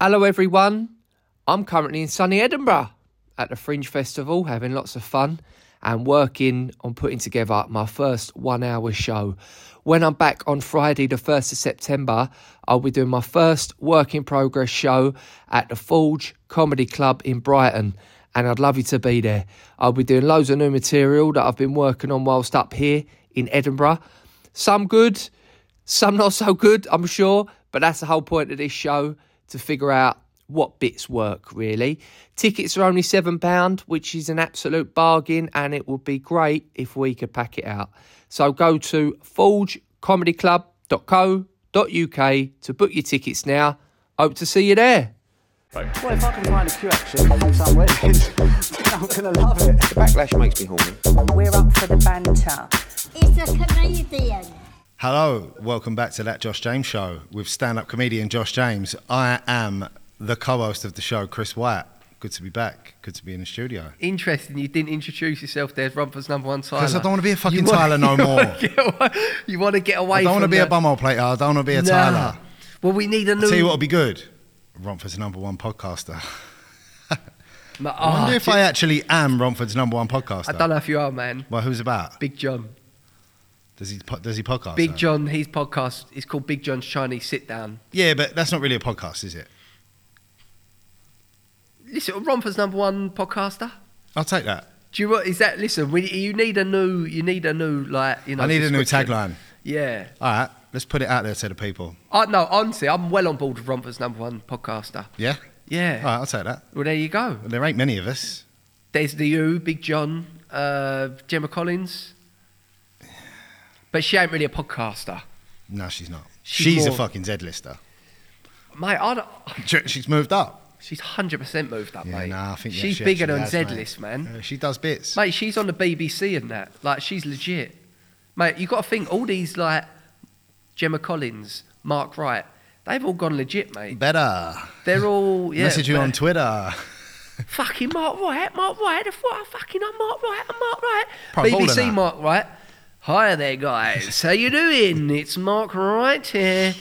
Hello, everyone. I'm currently in sunny Edinburgh at the Fringe Festival, having lots of fun and working on putting together my first one hour show. When I'm back on Friday, the 1st of September, I'll be doing my first work in progress show at the Forge Comedy Club in Brighton. And I'd love you to be there. I'll be doing loads of new material that I've been working on whilst up here in Edinburgh. Some good, some not so good, I'm sure, but that's the whole point of this show to figure out what bits work really. Tickets are only £7, which is an absolute bargain, and it would be great if we could pack it out. So go to forgecomedyclub.co.uk to book your tickets now. Hope to see you there. Well, if I can find a few action and some weddings, then I'm going to love it. The backlash makes me horny. We're up for the banter. It's a comedian. Hello, welcome back to that Josh James show with stand up comedian Josh James. I am the co host of the show, Chris White. Good to be back. Good to be in the studio. Interesting, you didn't introduce yourself there as Rumford's number one Tyler. Because I don't want to be a fucking Tyler no more. I you want to get away don't want to from be a the- bum old player. I don't want to be a Nah. Tyler. Well, we need a new. Tell you what would be good Romford's number one podcaster. Ma- I wonder oh, if ju- I actually am Romford's number one podcaster. I don't know if you are, man. Well, who's about? Big John. Does he po- does he podcast? Big though? John, his podcast is called Big John's Chinese Sit Down. Yeah, but that's not really a podcast, is it? Listen, Romford's number one podcaster. I'll take that. Do you what is that? Listen, we, you need a new, you need a new like, you know. I need a new description. tagline. Yeah, All right, let's put it out there to the people. I no, honestly, I'm well on board with Romper's number one podcaster. Yeah. Yeah. All right, I'll take that. Well, there you go. There ain't many of us. There's the you, Big John, uh, Gemma Collins, but she ain't really a podcaster, No, she's not. She's She's, a more- fucking Z-lister. mate. I don't, She- She's moved up. she's hundred percent moved up, mate. nah, I think yeah, she's she bigger actually than has, Z mate. list, man. Yeah, she does bits. Mate, she's on the BBC and that. Like, she's legit. Mate, you got to think all these like Gemma Collins, Mark Wright, they've all gone legit, mate. Better. They're all yeah. Message you but- on Twitter. Fucking Mark Wright, Mark Wright. I thought I fucking I'm Mark Wright. I'm Mark Wright. Probably older BBC than that. Mark Wright. Hi there, guys. How you doing? It's Mark Wright here.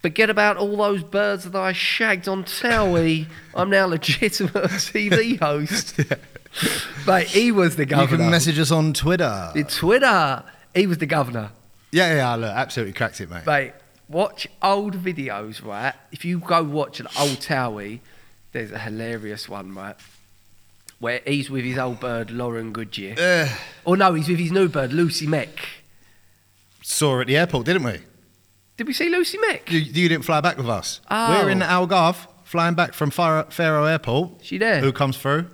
Forget about all those birds that I shagged on Towie. I'm now legitimate TV host. Mate, he was the You governor. can message us on Twitter. The Twitter. He was the governor. Yeah, yeah, look, absolutely cracked it, mate. Mate, watch old videos, right? If you go watch an old Towie, there's a hilarious one, right? Where he's with his old bird, Lauren Goodyear. Ugh. Or no, he's with his new bird, Lucy Meck. Saw her at the airport, didn't we? Did we see Lucy Meck? You, you didn't fly back with us. Oh. We're in Algarve, flying back from Far- Faro Airport. She there? Who comes through?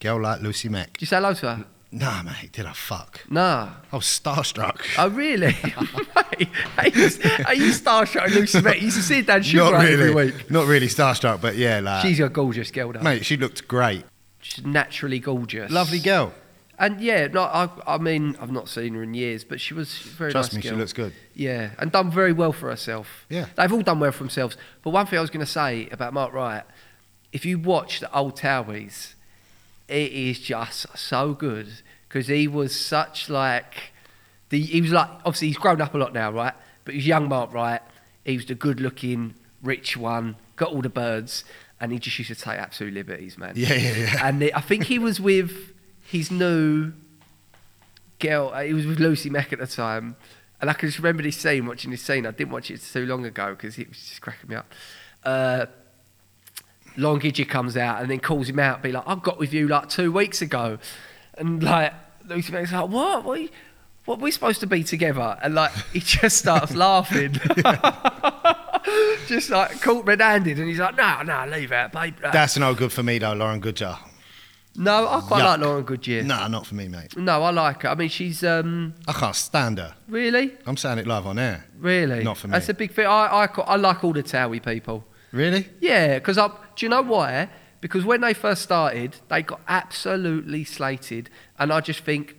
Girl like Lucy Mack. Did you say hello to her? Nah, mate, did I fuck? Nah. I was starstruck. Oh, really? Mate, are you, are you starstruck with Lucy Meck? You used to see her down Not Sugar Rush really. every week. Not really starstruck, but yeah, like. She's a gorgeous girl, though. mate, she looked great. She's naturally gorgeous. Lovely girl. And yeah, no, I, I mean, I've not seen her in years, but she was very Trust nice me, she girl. looks good. Yeah, and done very well for herself. Yeah. They've all done well for themselves. But one thing I was going to say about Mark Wright, if you watch the old Towies, it is just so good because he was such like, the, he was like, obviously he's grown up a lot now, right? But he was young Mark Wright. He was the good looking, rich one, got all the birds, and he just used to take absolute liberties, man. Yeah, yeah, yeah. And I think he was with his new girl. uh, He was with Lucy Mack at the time, and I can just remember this scene, watching this scene. I didn't watch it so long ago because it was just cracking me up. Uh, Long Gidget comes out and then calls him out, be like, "I got with you like two weeks ago," and like Lucy Mack's like, "What? What?" Are you, what we supposed to be together, and like he just starts laughing, just like caught red-handed, and he's like, "No, no, leave it, babe." No, That's no good for me though, Lauren Goodjar. no, I quite Yuck. like Lauren Goodyear. Nah, not for me, mate. No, I like her. I mean, she's um, I can't stand her. really, I'm saying it live on air. really. Not for me. That's a big thing. I, I, ca- I like all the Towie people. Really? Yeah, because I. Do you know why? Because when they first started, they got absolutely slated, and I just think,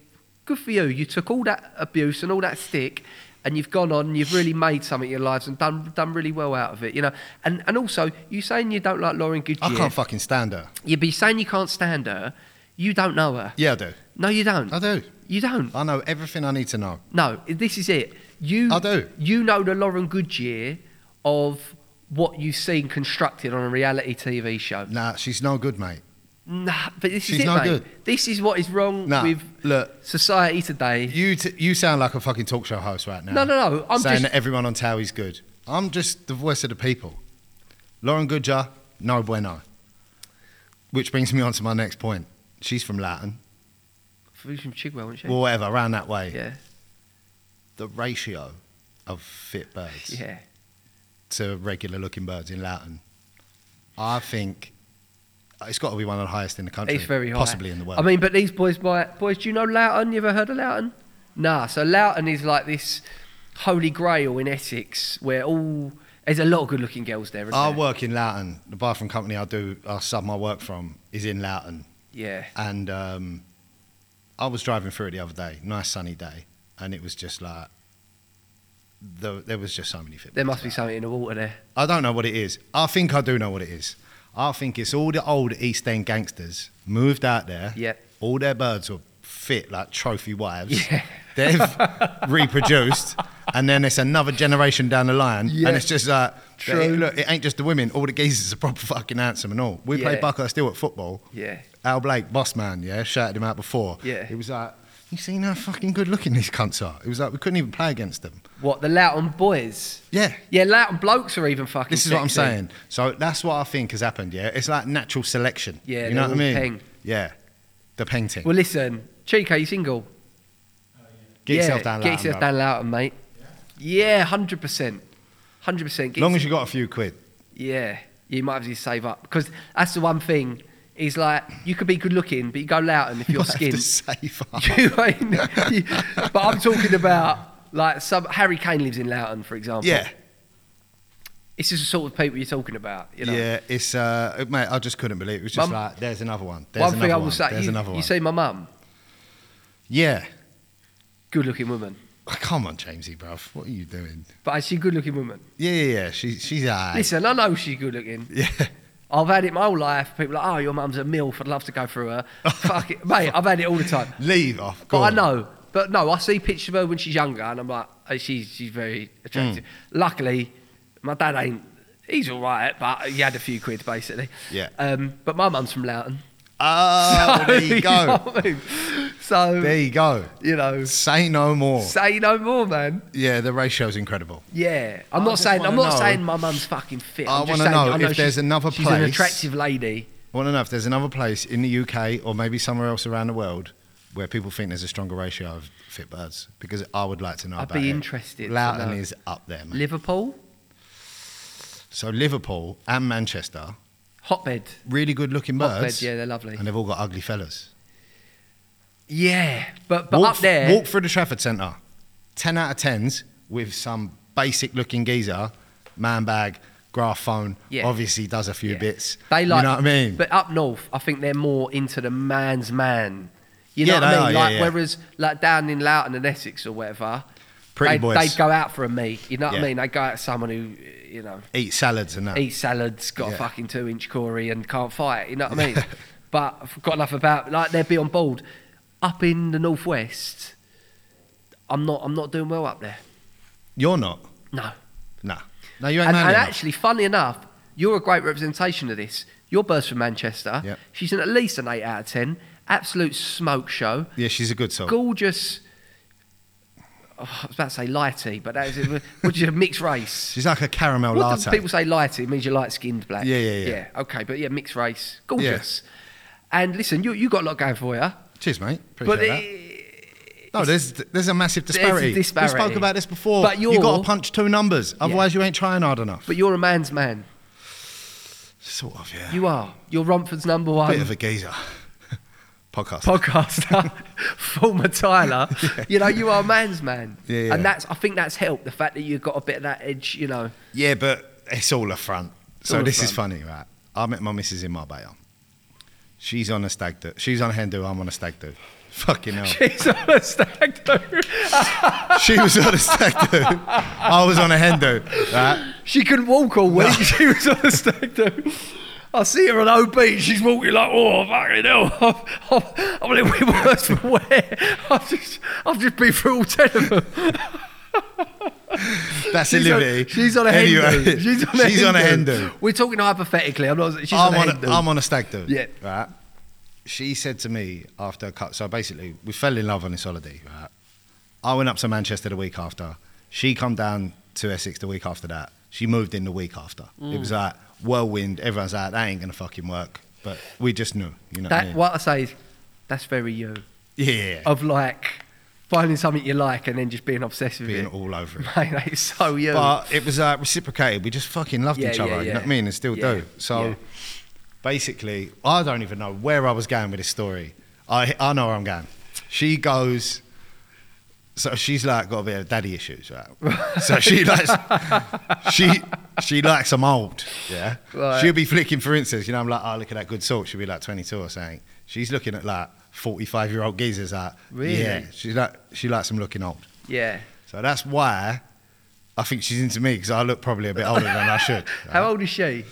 good for you. You took all that abuse and all that stick, and you've gone on. You've really made something of your lives and done done really well out of it. You know, and and also you saying you don't like Lauren I Goodyear. can't fucking stand her. You'd be saying you can't stand her. You don't know her. Yeah, I do. No, you don't. I do. You don't. I know everything I need to know. No, this is it. You I do. You know the Lauren Goodyear of what you've seen constructed on a reality TV show. Nah, she's no good, mate. Nah, but this She's is it, no mate. good. This is what is wrong Nah, with look. society today. You t- you sound like a fuccking talk show host right now. No, no, no, I'm saying just- that everyone on Towie's good. I'm just the voice of the people. Lauren Goodger, no bueno. Which brings me on to my next point. She's from Latin. Who's from Chigwell, isn't she? Well, whatever, around that way. yeah, The ratio of fit birds yeah. to regular looking birds in Latin, I think it's got to be one of the highest in the country. It's very high. Possibly in the world. I mean, but these boys, might, boys, do you know Loughton? You ever heard of Loughton? Nah. So Loughton is like this holy grail in Essex, where all there's a lot of good-looking girls there. Isn't I there? work in Loughton. The bathroom company I do, I sub my work from, is in Loughton. Yeah. And um, I was driving through it the other day, nice sunny day, and it was just like there, there was just so many fit. There birds must be about. something in the water there. I don't know what it is. I think I do know what it is. I think it's all the old East End gangsters moved out there. Yeah. All their birds were fit like trophy wives. Yeah. They've reproduced. And then it's another generation down the line. Yeah. And it's just like, True. It, look, it ain't just the women. All the geezers are proper fucking handsome and all. We Yeah. played Buckhurst still at football. Yeah. Al Blake, boss man, yeah, shouted him out before. Yeah. He was like, you seen how fucking good looking these cunts are? It was like, we couldn't even play against them. What the Loughton boys? Yeah. Yeah, Loughton blokes are even fucking. This is what I'm sexy. saying. So that's what I think has happened. Yeah, it's like natural selection. Yeah, you know they're what I mean. all peng. Yeah, the painting. Well, listen, Chico, you single? get yeah, yourself down. Get Latin, yourself bro. down Loughton, mate. Yeah, hundred percent, hundred percent. Long as you got a few quid. Yeah, you might have to save up because that's the one thing. Is like you could be good looking, but you go loud and if your might have skin, to save up. you ain't. you- but I'm talking about like some Harry Kane lives in Loughton, for example. Yeah, it's just the sort of people you're talking about. You know? yeah. It's uh, mate. I just couldn't believe it. it was just Mum- like there's another one. There's One another thing I one. will say, there's you, another you one. see my mum, yeah. good looking woman, Oh, come on, Jamesy, bruv. What are you doing? but is she a good looking woman? Yeah, yeah, yeah. She, she's alright. Listen, I know she's good looking. Yeah. I've had it my whole life. People are like, oh, your mum's a MILF. I'd love to go through her. Fuck it. Mate, I've had it all the time. Leave off. But Go I on. know. But no, I see pictures of her when she's younger, and I'm like, oh, she's she's very attractive. Hmm. Luckily, my dad ain't. He's all right, but he had a few quid basically. Yeah. Um, but my mum's from Loughton. Oh, there you know go. what I mean? So There you go. you know, Say no more. say no more, man. Yeah, the ratio's incredible. Yeah, I'm I not just saying I'm wanna not know- saying my mum's fucking fit. I I'm just wanna saying, know I if there's she's- another She's an place- attractive lady. I want to know if there's another place in the UK or maybe somewhere else around the world where people think there's a stronger ratio of fit birds because I would like to know I'd about be it. interested to Loughton know. is up there, mate. Liverpool so Liverpool and Manchester, hotbed. really good looking Hotbed, birds. yeah, they're lovely. And they've all got ugly fellas. Yeah, but but walk, up there, Walk through the Trafford Centre, 10 out of 10s with some basic looking geezer, man bag, graph phone, Yeah. obviously does a few Yeah. bits. They like, you know what I mean? But up north, I think they're more into the man's man. You know Yeah, what they I mean? are, yeah, like yeah. whereas like down in Loughton and Essex or whatever, Pretty they'd, boys. they'd go out for a meet. You know what I Yeah. mean? They would go out to someone who you know Eat salads and that. eats salads, got a Yeah. fucking two-inch Corey, and can't fight. You know what I mean? but I've got enough about like they'd be on board. Up in the northwest, I'm not. I'm not doing well up there. You're not. No. Nah. No, you ain't And, manly and enough. actually, funny enough, you're a great representation of this. Your bird's from Manchester. Yep. She's an, at least an 8 out of 10. Absolute smoke show. Yeah, she's a good soul. Gorgeous. oh, I was about to say lighty, but that is what you mixed race. She's like a caramel What do latte. people say lighty? It means you're light skinned black. Yeah, yeah, yeah. okay, but yeah, mixed race. Gorgeous. And listen, you you got a lot going for you. Cheers, mate. Appreciate But that. it- No, there's there's a massive a disparity. disparity. We spoke about this before. But you got you're- to punch two numbers, otherwise you ain't trying hard enough. but you're a man's man. sort of, yeah. You are. You're Romford's number one. Bit of a geezer. Podcast. podcaster, former Tyler. You know, you are a man's man. Yeah, yeah. And that's I think that's helped the fact that you've got a bit of that edge, you know. yeah, but it's all a front. so all a this is funny, right? I met my missus in Marbella. She's on a stag do. She's on a hen do. I'm on a stag do. Fucking hell. He's on a stag do. she was on a stag do. I was on a hen do. Right? She couldn't walk all week. She was on a stag do. I see her on OB. She's walking like, oh fucking hell! I'm, I'm, I'm a little bit worse for wear. I've just, I've just been through all ten of them. That's a Libby. she's on a Anyway, Hindu. She's on a she's on a Hindu. Hindu. We're talking hypothetically. I'm not. She's I'm on on, a a, Hindu. I'm on a stag do. Yeah. Right. She said to me after a cut. So basically, we fell in love on this holiday. Right. I went up to Manchester the week after. She come down to Essex the week after that. She moved in the week after. It was like whirlwind. Everyone's like, that ain't gonna fucking work. But we just knew, you know. what I that, Oh, mean? what I say is, that's very you. Yeah. Of like finding something you like and then just being obsessed with being it. all over it. Mate, that is so you. But it was uh, reciprocated. We just fucking loved Yeah, each yeah, other. You yeah. know what I mean? And still Yeah, do. So yeah. basically, I don't even know where I was going with this story. I, I know where I'm going. She goes. So she's like got a bit of daddy issues, right? so she likes she she likes them old, yeah. Right. She'll be flicking, for instance, you know, I'm like, oh look at that good salt. She'll be like 22 or something. She's looking at like 45 year old geezers, like Really? yeah. She's like she likes them looking old. yeah. So that's why I think she's into me because I look probably a bit older than I should. How old is she?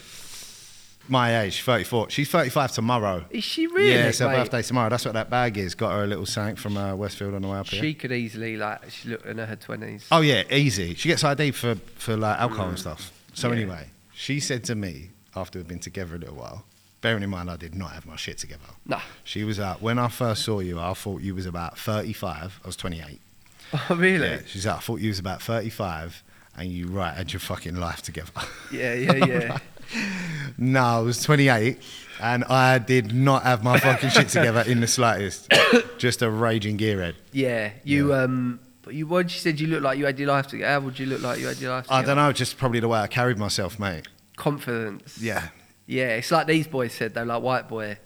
My age, 34. She's 35 tomorrow. Is she really? Yeah, it's her mate? birthday tomorrow. That's what that bag is. Got her a little sank from uh, Westfield on the way up here. She could easily like she looked in her twenties. Oh yeah, easy. She gets ID for for like alcohol and stuff. So Mm. Yeah. anyway, she said to me after we've been together a little while. Bearing in mind, I did not have my shit together. No. She was like, when I first saw you, I thought you was about 35. I was 28. Oh, really? Yeah. She's like, I thought you was about 35, and you right had your fucking life together. Yeah, yeah, yeah. No, I was 28 and I did not have my fucking shit together in the slightest. Just a raging gearhead. yeah. You um, but you when she said you look like you had your life together, how would you look like you had your life I together? don't know, just probably the way I carried myself, mate. Confidence. Yeah. Yeah, it's like these boys said though, like white boy,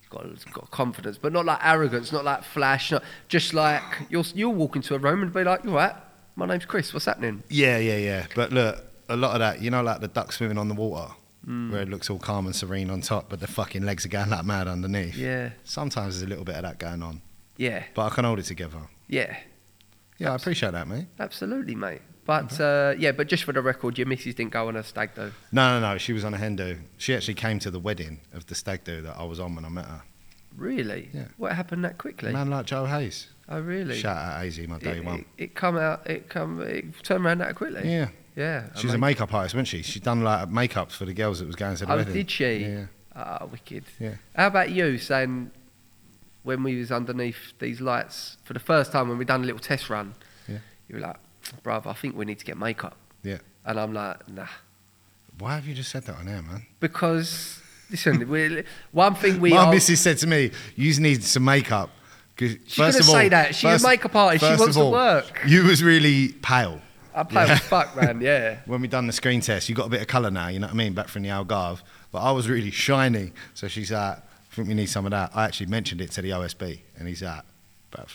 he's got, he's got confidence, but not like arrogance, not like flash, not just like you'll you'll walk into a room and be like, "You all right? My name's Chris. What's happening?" Yeah, yeah, yeah. But look, a lot of that, you know, like the duck swimming on the water, Mm. where it looks all calm and serene on top, but the fucking legs are going like mad underneath. Yeah, Sometimes there's a little bit of that going on, yeah, but I can hold it together. yeah. Yeah, I appreciate that, mate. Absolutely, mate. But Mm-hmm. uh, yeah, but just for the record, your missus didn't go on a stag though. No, no, no. She was on a hen do. She actually came to the wedding of the stag do that I was on when I met her. Really? Yeah. What happened that quickly? Man like Joe Hayes. Oh, really? Shout out Hazy, my day it, one. It, it come out. It come. It turned around that quickly. Yeah, Yeah. she's a amazing. makeup artist, wasn't she? She's done like makeup for the girls that was going to the Oh, wedding. did she? Yeah. Ah, wicked. Yeah. How about you saying when we was underneath these lights for the first time when we done a little test run? Yeah. You were like, "Brother, I think we need to get makeup." Yeah. And I'm like, "Nah," Why have you just said that on air, man? because listen, we one thing we my are. missus said to me, "You need some makeup." Cause She's first gonna of all, say that. She's a first- makeup artist. She first wants of to all, work. You was really pale I play Yeah. with fuck, man. Yeah. when we done the screen test. You got a bit of colour now. You know what I mean? Back from the Algarve, but I was really shiny. So she's like, "I think we need some of that." I actually mentioned it to the OSB, and he's like, "Bruv,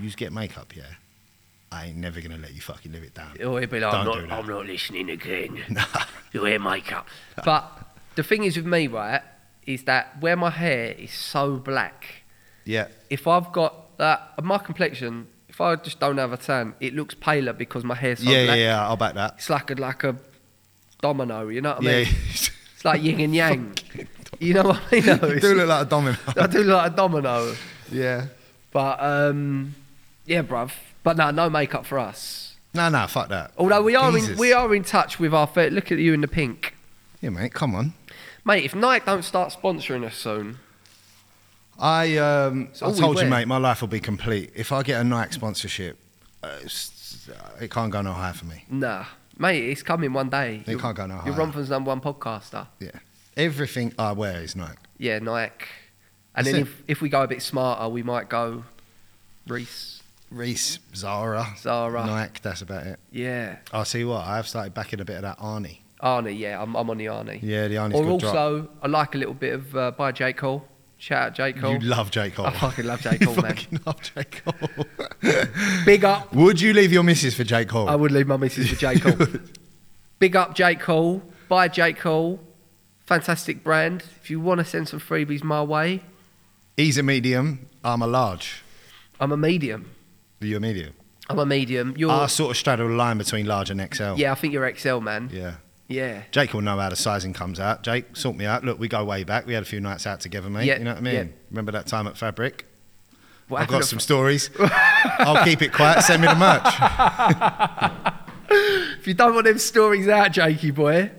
you get makeup, yeah." I ain't never gonna let you fucking live it down. Or he'd be like, I'm Don't do not, that. I'm not listening again. you wear makeup. But the thing is with me, right, is that where my hair is so black, Yeah. if I've got that, my complexion, if I just don't have a tan, it looks paler because my hair's so yeah, black. yeah, yeah, I'll back that. It's like a, like a domino, you know what I Yeah, mean? It's like yin and yang. you know what I mean? No, you it's- do look like a domino. I do look like a domino. yeah. But, um, yeah, bruv. But no, no makeup for us. No, no, fuck that. Although we are in, Jesus. we are in touch with our fair. Look at you in the pink, Yeah, mate, come on. mate. If Nike don't start sponsoring us soon, I, um, It's I all we told you, wear. mate, my life will be complete if I get a Nike sponsorship. Uh, it's- it can't go no higher for me. nah, mate, it's coming one day. They can't go no You're higher. Romford's number one podcaster. Yeah, everything I wear is Nike. Yeah, Nike. And That's then it. if, if we go a bit smarter, we might go Reese, Reese, Zara, Zara. Nike. That's about it. Yeah, I'll see what I've started backing a bit of that Arnie. Arnie. Yeah, I'm, I'm on the Arnie. Yeah, the Arnie's or good drop. also, I like a little bit of uh, by J Cole. Shout out J Cole. You love J Cole. I fucking love J. You Cole, man. fucking love J Cole. Big up. Would you leave your missus for J Cole? I would leave my missus for J Cole. Big up J Cole. Buy J Cole. Fantastic brand. If you want to send some freebies my way, He's a medium. I'm a large. I'm a medium. You're a medium. I'm a medium. You're I sort of straddle the line between large and XL. yeah. I think you're XL man. Yeah. Yeah. Jake will know how the sizing comes out. Jake, sort me out. Look, we go way back. We had a few nights out together, mate. Yeah, You know what I mean? yeah. Remember that time at Fabric? What I've got happened some stories. I'll keep it quiet. Send me the merch. If you don't want them stories out, Jakey boy,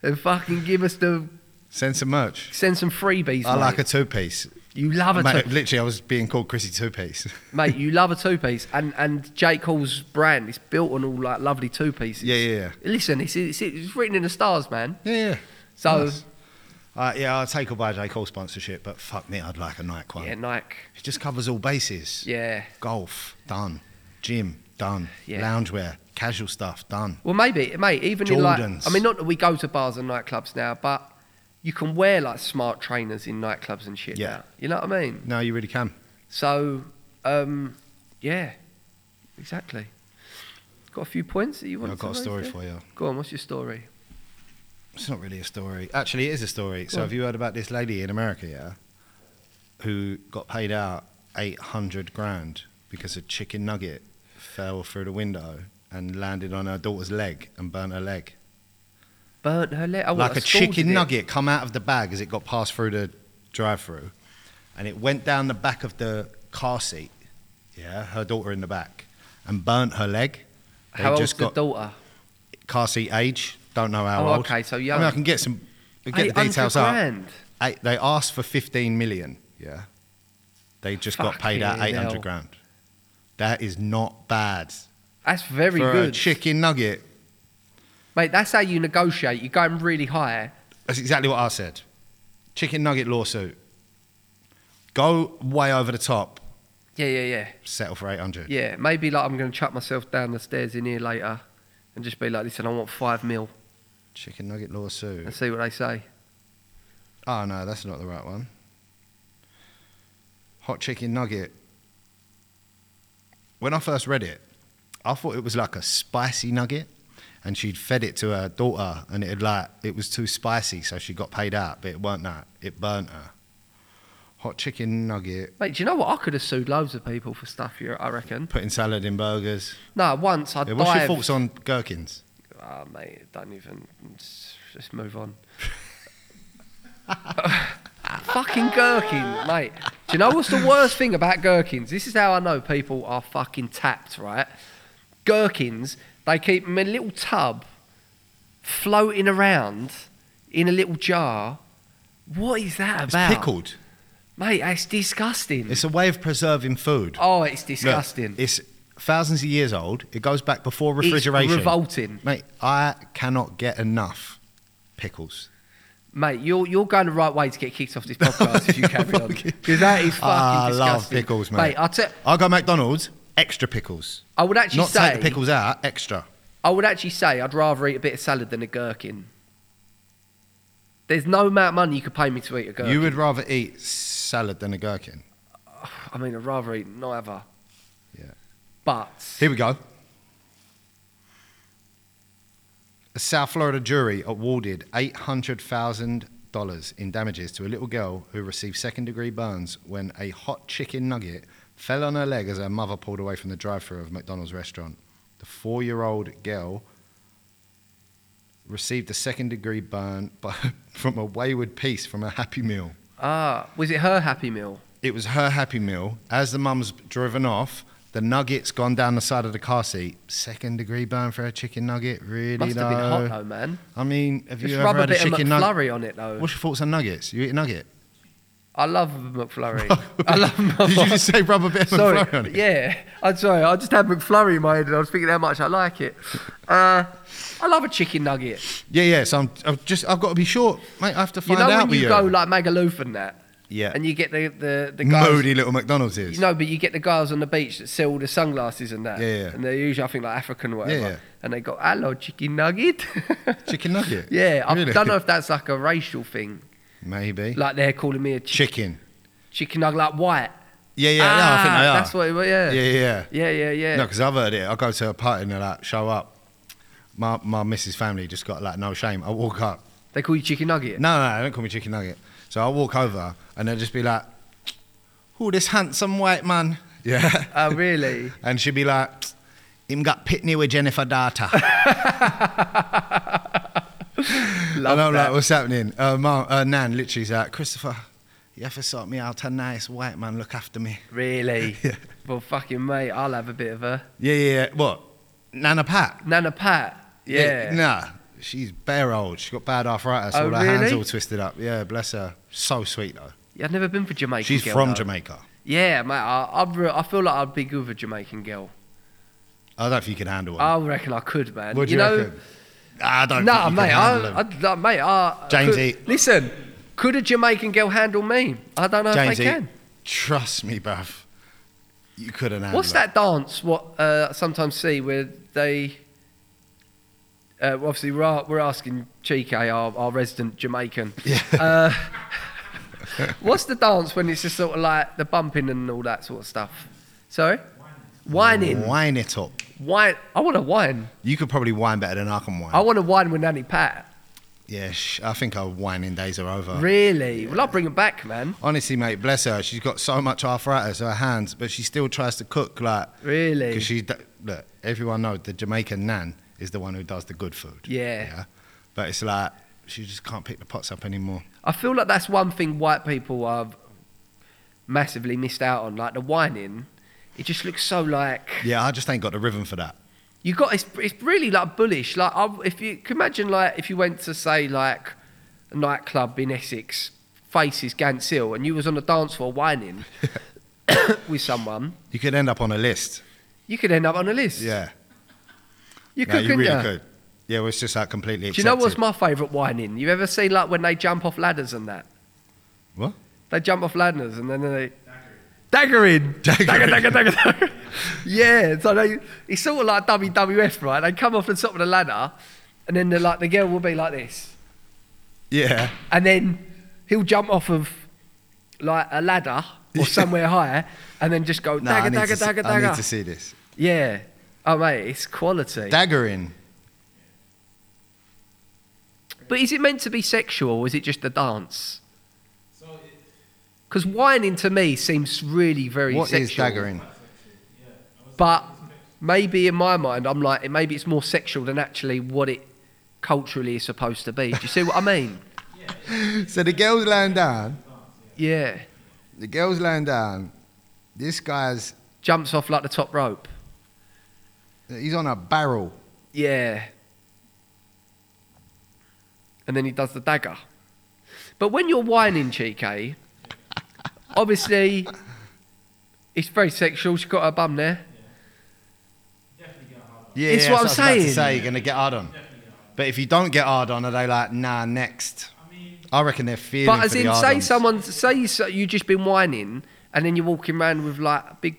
then fucking give us the Send some merch. send some freebies. I mate. like a two piece. you love a Mate, two- literally, I was being called Chrissy Two Piece. mate. You love a two piece, and and J Cole's brand is built on all like lovely two pieces. Yeah, yeah, yeah. Listen, it's, it's it's written in the stars, man. Yeah, yeah. So Nice. Uh, yeah, I'll take all by J. Cole sponsorship, but fuck me, I'd like a Nike one. yeah, Nike. It just covers all bases. Yeah. Golf, done. Gym, done. Yeah. Loungewear, casual stuff, done. Well, maybe, mate. Even in like, I Jordans. mean, not that we go to bars and nightclubs now, but you can wear like smart trainers in nightclubs and shit. Yeah. now. you know what I mean. No, you really can. So, um, yeah, exactly. Got a few points that you want. I've got a story for you. Go on. What's your story? It's not really a story. Actually, it is a story. So, on. have you heard about this lady in America, yeah, who got paid out 800 grand because a chicken nugget fell through the window and landed on her daughter's leg and burnt her leg? Burnt her leg. Oh, what, like a scalded chicken it? nugget come out of the bag as it got passed through the drive-through, and it went down the back of the car seat. Yeah, her daughter in the back, and burnt her leg. They How old's just the got daughter? car seat age. Don't know how Oh, old. okay, so I mean, young. I can get some. Get the 800 details up. grand. Eight, they asked for 15 million. Yeah, they just got paid out Fucking 800 hell. grand. That is not bad That's very for a good, chicken nugget. mate. That's how you negotiate. You're going really high. That's exactly what I said. Chicken nugget lawsuit. Go way over the top. Yeah, yeah, yeah, Settle for eight hundred. yeah. Maybe like I'm going to chuck myself down the stairs in here later, and just be like, listen, I want five mil, Chicken nugget and lawsuit. see what they say. Oh no, that's not the right one. Hot chicken nugget. When I first read it, I thought it was like a spicy nugget, and she'd fed it to her daughter, and it had like it was too spicy, so she got paid out, but it weren't that. It burnt her. Hot chicken nugget. Mate, do you know what? I could have sued loads of people for stuff here. I reckon. Putting salad in burgers. No, once I Yeah, dived. what's your thoughts on gherkins? Ah, mate, don't even. Just just move on. fucking gherkin, mate. Do you know what's the worst thing about gherkins? This is how I know people are fucking tapped, right? Gherkins, they keep them in a little tub, floating around in a little jar. What is that It's about? pickled. Mate, that's disgusting. It's a way of preserving food. oh, it's Look, disgusting. it's thousands of years old. It goes back before It's refrigeration. revolting. Mate, I cannot get enough pickles. Mate, you're you're going the right way to get kicked off this podcast if you carry on because that is fucking Ah, I disgusting. love pickles, mate. Mate, I, te- I'll go McDonald's, extra pickles. I would actually Not say take the pickles out, extra. I would actually say I'd rather eat a bit of salad than a gherkin. There's no amount of money you could pay me to eat a gherkin. You would rather eat salad than a gherkin. I mean, I'd rather eat neither. Yeah. But Here we go. A South Florida jury awarded $800,000 in damages to a little girl who received second degree burns when a hot chicken nugget fell on her leg as her mother pulled away from the drive thru of McDonald's restaurant. The four year old girl received a second degree burn by, from a wayward piece from a Happy Meal. ah, was it her Happy Meal? It was her Happy Meal. As the mum's driven off, the nugget's gone down the side of the car seat. Second degree burn for a chicken nugget, really? Must have been though? hot though, man. I mean, have Just you rub ever a had a bit of chicken nugget? McFlurry on it though. What's your thoughts on nuggets? You eat a nugget? I love McFlurry. I love McFlurry. Did you just say rub a bit of sorry. McFlurry on it? Yeah, I'm sorry. I just had McFlurry in my head and I was thinking how much I like it. Uh, I love a chicken nugget. Yeah, yeah. So I'm, I'm just, I've got to be short, mate. I have to You find know out when with you you. go like Magaluf and that, yeah. and you get the the the guys. Moody little McDonald's is. You know, but you get the guys on the beach that sell the sunglasses and that. Yeah, yeah. And they're usually, I think, like African or whatever. Yeah, yeah. And they go, hello, chicken nugget. Chicken nugget? yeah, I Really? don't know if that's like a racial thing. Maybe. Like they're calling me a chi- chicken. chicken nugget, like white. Yeah, yeah, yeah. I think Ah, they are. That's what, it- yeah. Yeah, yeah. Yeah, yeah, yeah. No, because I've heard it. I go to a party and they're like, show up. My my missus family just got like no shame. I walk up. They call you chicken nugget. No, no, no, don't call me chicken nugget. So I walk over and they'll just be like, "Who this handsome white man?" Yeah. Oh, really? and she'd be like, "Him got pitney with Jennifer Data." Love and I'm that. like, "What's happening?" Uh, mum, uh, Nan literally's like, "Christopher, you have to sort me out. A nice white man look after me." Really? Yeah. Well, fucking mate, I'll have a bit of a. Yeah, yeah, yeah. What? Nana Pat. Nana Pat. Yeah. Nah, she's bare old. She's got bad arthritis. Oh, all her hands really? all twisted up. Yeah, bless her. So sweet though. Yeah, I've never been for Jamaica. She's girl, from though. Jamaica. Yeah, mate. I, I'd re- I feel like I'd be good with a Jamaican girl. I don't know if you can handle her. I reckon I could, man. what do Oh, you you, know, reckon? I don't Nah, think you mate. can handle I, him. I, nah, mate. I, James could, E. Listen, could a Jamaican girl handle me? I don't know if Jamesy, they can. trust me, bruv. You couldn't handle What's it. that dance? What uh, I sometimes see where they. Uh, obviously, we're, a- we're asking Chike, our, our resident Jamaican. Yeah. Uh, what's the dance when it's just sort of like the bumping and all that sort of stuff? Sorry? Whining. Wine it up. Wine. I want to whine. You could probably wine better than I can wine. I want to whine with Nanny Pat. yeah, sh- I think our whining days are over. Really? Well, I'll bring it back, man. Honestly, mate, bless her. She's got so much arthritis in her hands, but she still tries to cook. Like, Really? Because she d- look, everyone knows the Jamaican nan is the one who does the good food. Yeah. But it's like she just can't pick the pots up anymore. I feel like that's one thing white people have massively missed out on. Like the whining, it just looks so like Yeah, I just ain't got the rhythm for that. you got. It's, it's really like bullish. Like I, if you can imagine, like if you went to say like a nightclub in Essex, Faces Gants Hill, and you was on the dance floor whining with someone, You could end up on a list. you could end up on a list. Yeah, you no, could, you couldn't really ya? could. Yeah, well, it's just like completely. Do you Accepted. know what's my favourite whining? You ever see like when they jump off ladders and that? What? They jump off ladders and then they daggering, Daggering. dagger, dagger, dagger, dagger. yeah. So they, it's sort of like WWF, right? They come off the top of the ladder, and then they're like the girl will be like this, Yeah, and then he'll jump off of like a ladder or somewhere higher, and then just go Nah, I dagger, need dagger, to see- dagger, I dagger. need to see this Yeah. Oh mate, it's quality. daggering. But is it meant to be sexual or is it just a dance? Because whining to me seems really very What is sexual. daggering? But maybe in my mind, I'm like, maybe it's more sexual than actually what it culturally is supposed to be. Do you see what I mean? So the girl's lying down. Yeah. The girl's lying down. This guy's Jumps off like the top rope. he's on a barrel. Yeah. And then he does the dagger. But when you're whining, Chike, obviously, it's very sexual. She's got her bum there. Yeah, It's what that's I'm I was about saying. To say you're gonna get hard on. But if you don't get hard on, are they like nah next? I reckon they're feeling. But for as the in, hard say ons. someone, say you, so you just been whining, and then you're walking around with like a big.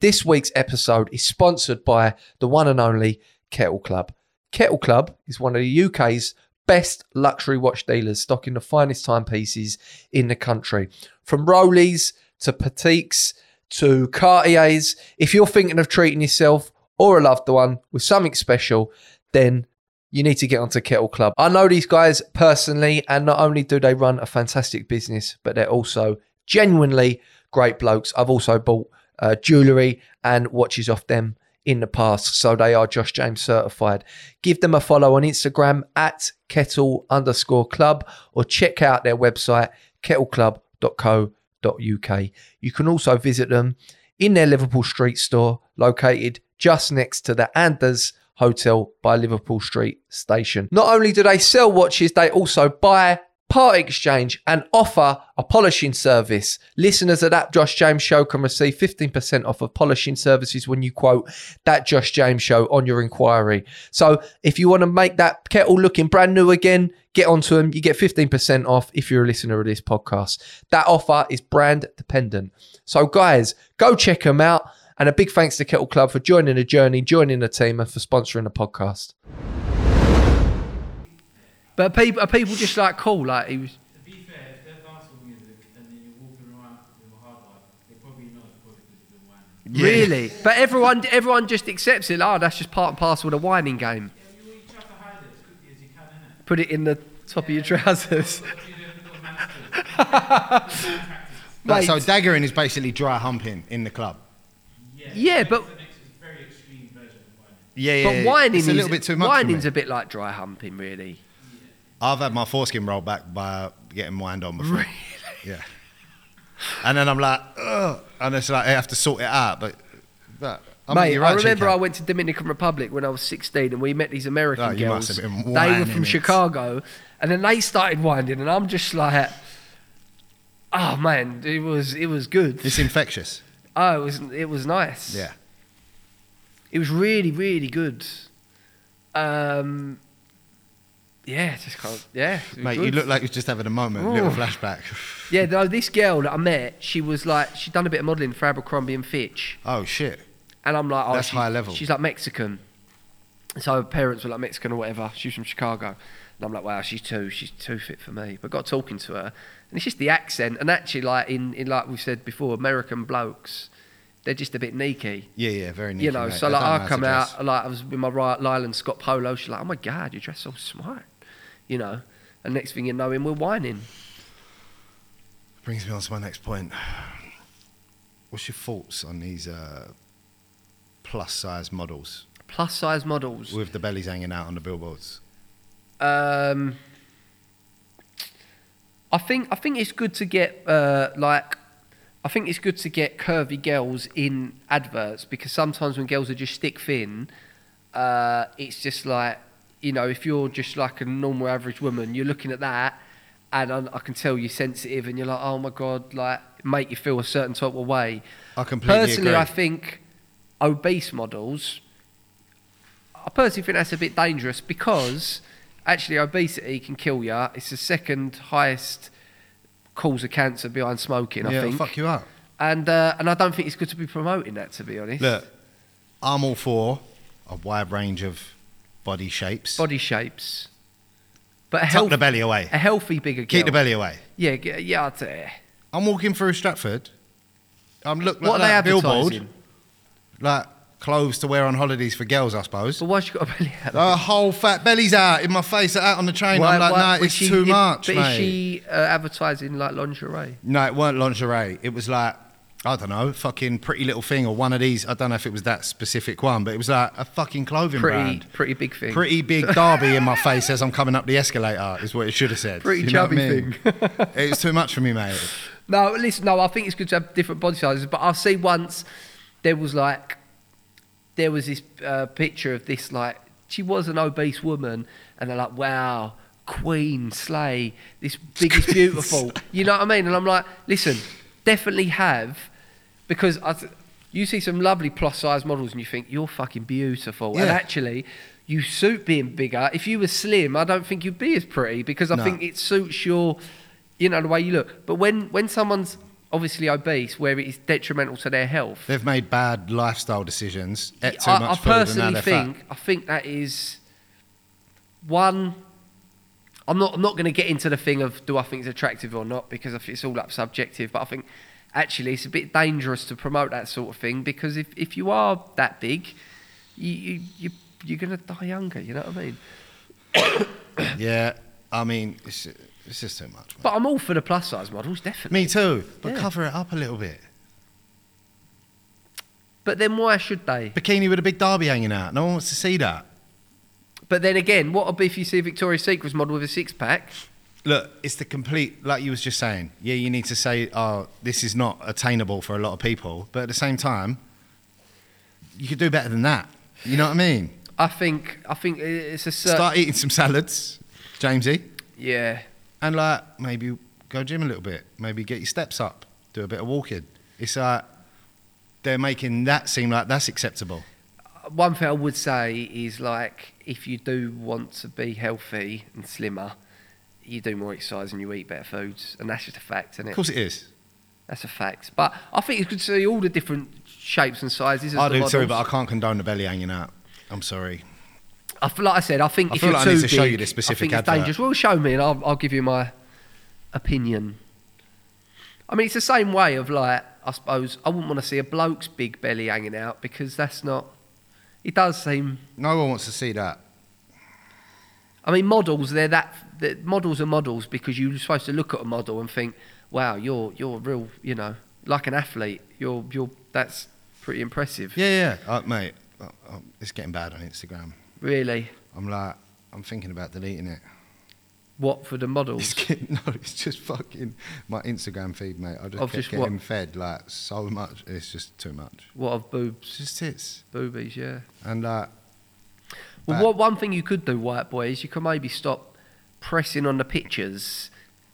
This week's episode is sponsored by the one and only Kettle Club. Kettle Club is one of the UK's best luxury watch dealers, stocking the finest timepieces in the country, from Rolex to Petites to Cartiers. If you're thinking of treating yourself or a loved one with something special, then you need to get onto Kettle Club. I know these guys personally, and not only do they run a fantastic business, but they're also genuinely great blokes. I've also bought uh, jewellery and watches off them in the past, so they are Josh James certified. Give them a follow on Instagram at kettle underscore club or check out their website kettleclub.co.uk. You can also visit them in their Liverpool Street store, located just next to the Anders Hotel by Liverpool Street Station. Not only do they sell watches, they also buy, part exchange, and offer a polishing service. Listeners of that Josh James show can receive 15% off of polishing services when you quote that Josh James show on your inquiry. So if you want to make that kettle looking brand new again, get onto them. You get 15% off if you're a listener of this podcast. That offer is brand dependent. So, guys, go check them out. And a big thanks to Kettle Club for joining the journey, joining the team, and for sponsoring the podcast. But are people, are people just like cool? Like he was. To be fair, if they're dancehall music and then you're walking around with a hard life, they probably know it's probably because you've been whining. Really? But everyone, everyone just accepts it. Like, oh, that's just part and parcel of the whining game. Yeah, you, you try to hide it as quickly as you can, innit? Put it in the top of your trousers. But you don't got manners to it. Like, Mate. so daggering is basically dry humping in the club. Yeah, Yeah, it's but- an ex- it's a very extreme version of whining. Yeah, yeah. But whining it's a is little bit too much. for Whining's me. a bit like dry humping, really. I've had my foreskin rolled back by getting whined on before. Yeah. And then I'm like, Ugh, and it's like I have to sort it out, but but I mean, Mate, you're I right, remember Chico. I went to Dominican Republic when I was 16 and we met these American Oh, you girls. must have been they were whining from it. Chicago and then they started winding and I'm just like, oh man, it was it was good. It's infectious. Oh, it was it was nice. Yeah. It was really, really good. Um, yeah, just can't. Yeah, it was Mate, you good. look like you're just having a moment, little Ooh. flashback. Yeah, no, this girl that I met, she was like, she'd done a bit of modelling for Abercrombie and Fitch, Oh, shit. and I'm like, oh, That's she's- high level. She's like Mexican, so her parents were like Mexican or whatever. She's from Chicago, and I'm like, wow, she's too, she's too fit for me. But got talking to her, and it's just the accent, and actually, like in, in like we've said before, American blokes, they're just a bit neaky. Yeah, yeah, very neat. you know, so like I come out, like I was with my right Lyland Scott Polo. She's like, "Oh my god, you dress so smart," you know. And next thing you know, him we're whining. Brings me on to my next point. What's your thoughts on these uh, plus size models Plus size models. with the bellies hanging out on the billboards? Um, I think I think it's good to get uh, like I think it's good to get curvy girls in adverts because sometimes when girls are just stick thin, uh, it's just like you know if you're just like a normal average woman, you're looking at that, and I, I can tell you're sensitive, and you're like, oh my god, like make you feel a certain type of way. I completely personally, agree. I think obese models. I personally think that's a bit dangerous because actually obesity can kill you. It's the second highest cause of cancer behind smoking, I yeah, think. fuck you up. And uh, and I don't think it's good to be promoting that, to be honest. Look, I'm all for a wide range of body shapes. Body shapes, but a, Tuck health- the belly away. a healthy bigger Keep girl. the belly away. Yeah, g- yeah. I'd say. I'm walking through Stratford. I'm look like What are that they billboard, advertising? like clothes to wear on holidays for girls, I suppose. But why she got a belly out? The whole fat belly's out in my face out on the train. Oh, Why- I'm like, why- no, was it's she too in- much, But mate. is she uh, advertising like lingerie? No, it weren't lingerie. It was like I don't know, fucking Pretty Little Thing or one of these. I don't know if it was that specific one, but it was like a fucking clothing Pretty, brand. pretty big thing. Pretty big Derby in my face as I'm coming up the escalator is what it should have said. Pretty You know what I chubby mean? it was too much for me, mate. No, listen, no, I think it's good to have different body sizes, but I see once there was like, there was this uh, picture of this, like, she was an obese woman, and they're like, wow, Queen Slay, this biggest beautiful. You know what I mean? And I'm like, listen, definitely have, because I. th- you see some lovely plus size models and you think you're fucking beautiful. And Yeah. actually, you suit being bigger. If you were slim, I don't think you'd be as pretty because I No. think it suits your you know the way you look. But when when someone's obviously obese, where it is detrimental to their health, They've made bad lifestyle decisions. Ate too I, much I food and now personally they're think fat. I think that is one. I'm not I'm not going to get into the thing of do I think it's attractive or not because I think it's all up subjective. But I think actually it's a bit dangerous to promote that sort of thing because if if you are that big, you you, you you're going to die younger. You know what I mean? Yeah, I mean, it's, it's just too much. mate. But I'm all for the plus size models, definitely. me too. But Yeah. cover it up a little bit. But then why should they? Bikini with a big Derby hanging out. No one wants to see that. But then again, what would be if you see a Victoria's Secrets model with a six pack? Look, it's the complete, like you was just saying. Yeah, you need to say, oh, this is not attainable for a lot of people. But at the same time, you could do better than that. You know what I mean? I think I think it's a certain Start eating some salads, Jamesy, yeah. and like maybe go gym a little bit. Maybe get your steps up. Do a bit of walking. It's like they're making that seem like that's acceptable. One thing I would say is like if you do want to be healthy and slimmer, you do more exercise and you eat better foods, and that's just a fact, isn't Of it? course it is. That's a fact. But I think it's good to see all the different shapes and sizes. As I the do too, models. but I can't condone the belly hanging out. I'm sorry. I feel like I said, I think I if feel you're like I too need to show big, you this I specific think it's advert. dangerous. Well, show me, and I'll, I'll give you my opinion. I mean, it's the same way of like, I suppose I wouldn't want to see a bloke's big belly hanging out because that's not. It does seem. No one wants to see that. I mean, models they're that the models are models because you're supposed to look at a model and think, wow, you're you're a real, you know, like an athlete. You're you're that's pretty impressive, Yeah, yeah, uh, mate. uh, uh, it's getting bad on Instagram. really. I'm like, I'm thinking about deleting it. Watford and models. It's getting, no, it's just fucking my Instagram feed, mate. I just Of kept just what? getting fed like so much. It's just too much. What of boobs? It's just tits Boobies, yeah. and like Well, But- what, one thing you could do, white boy, is you can maybe stop pressing on the pictures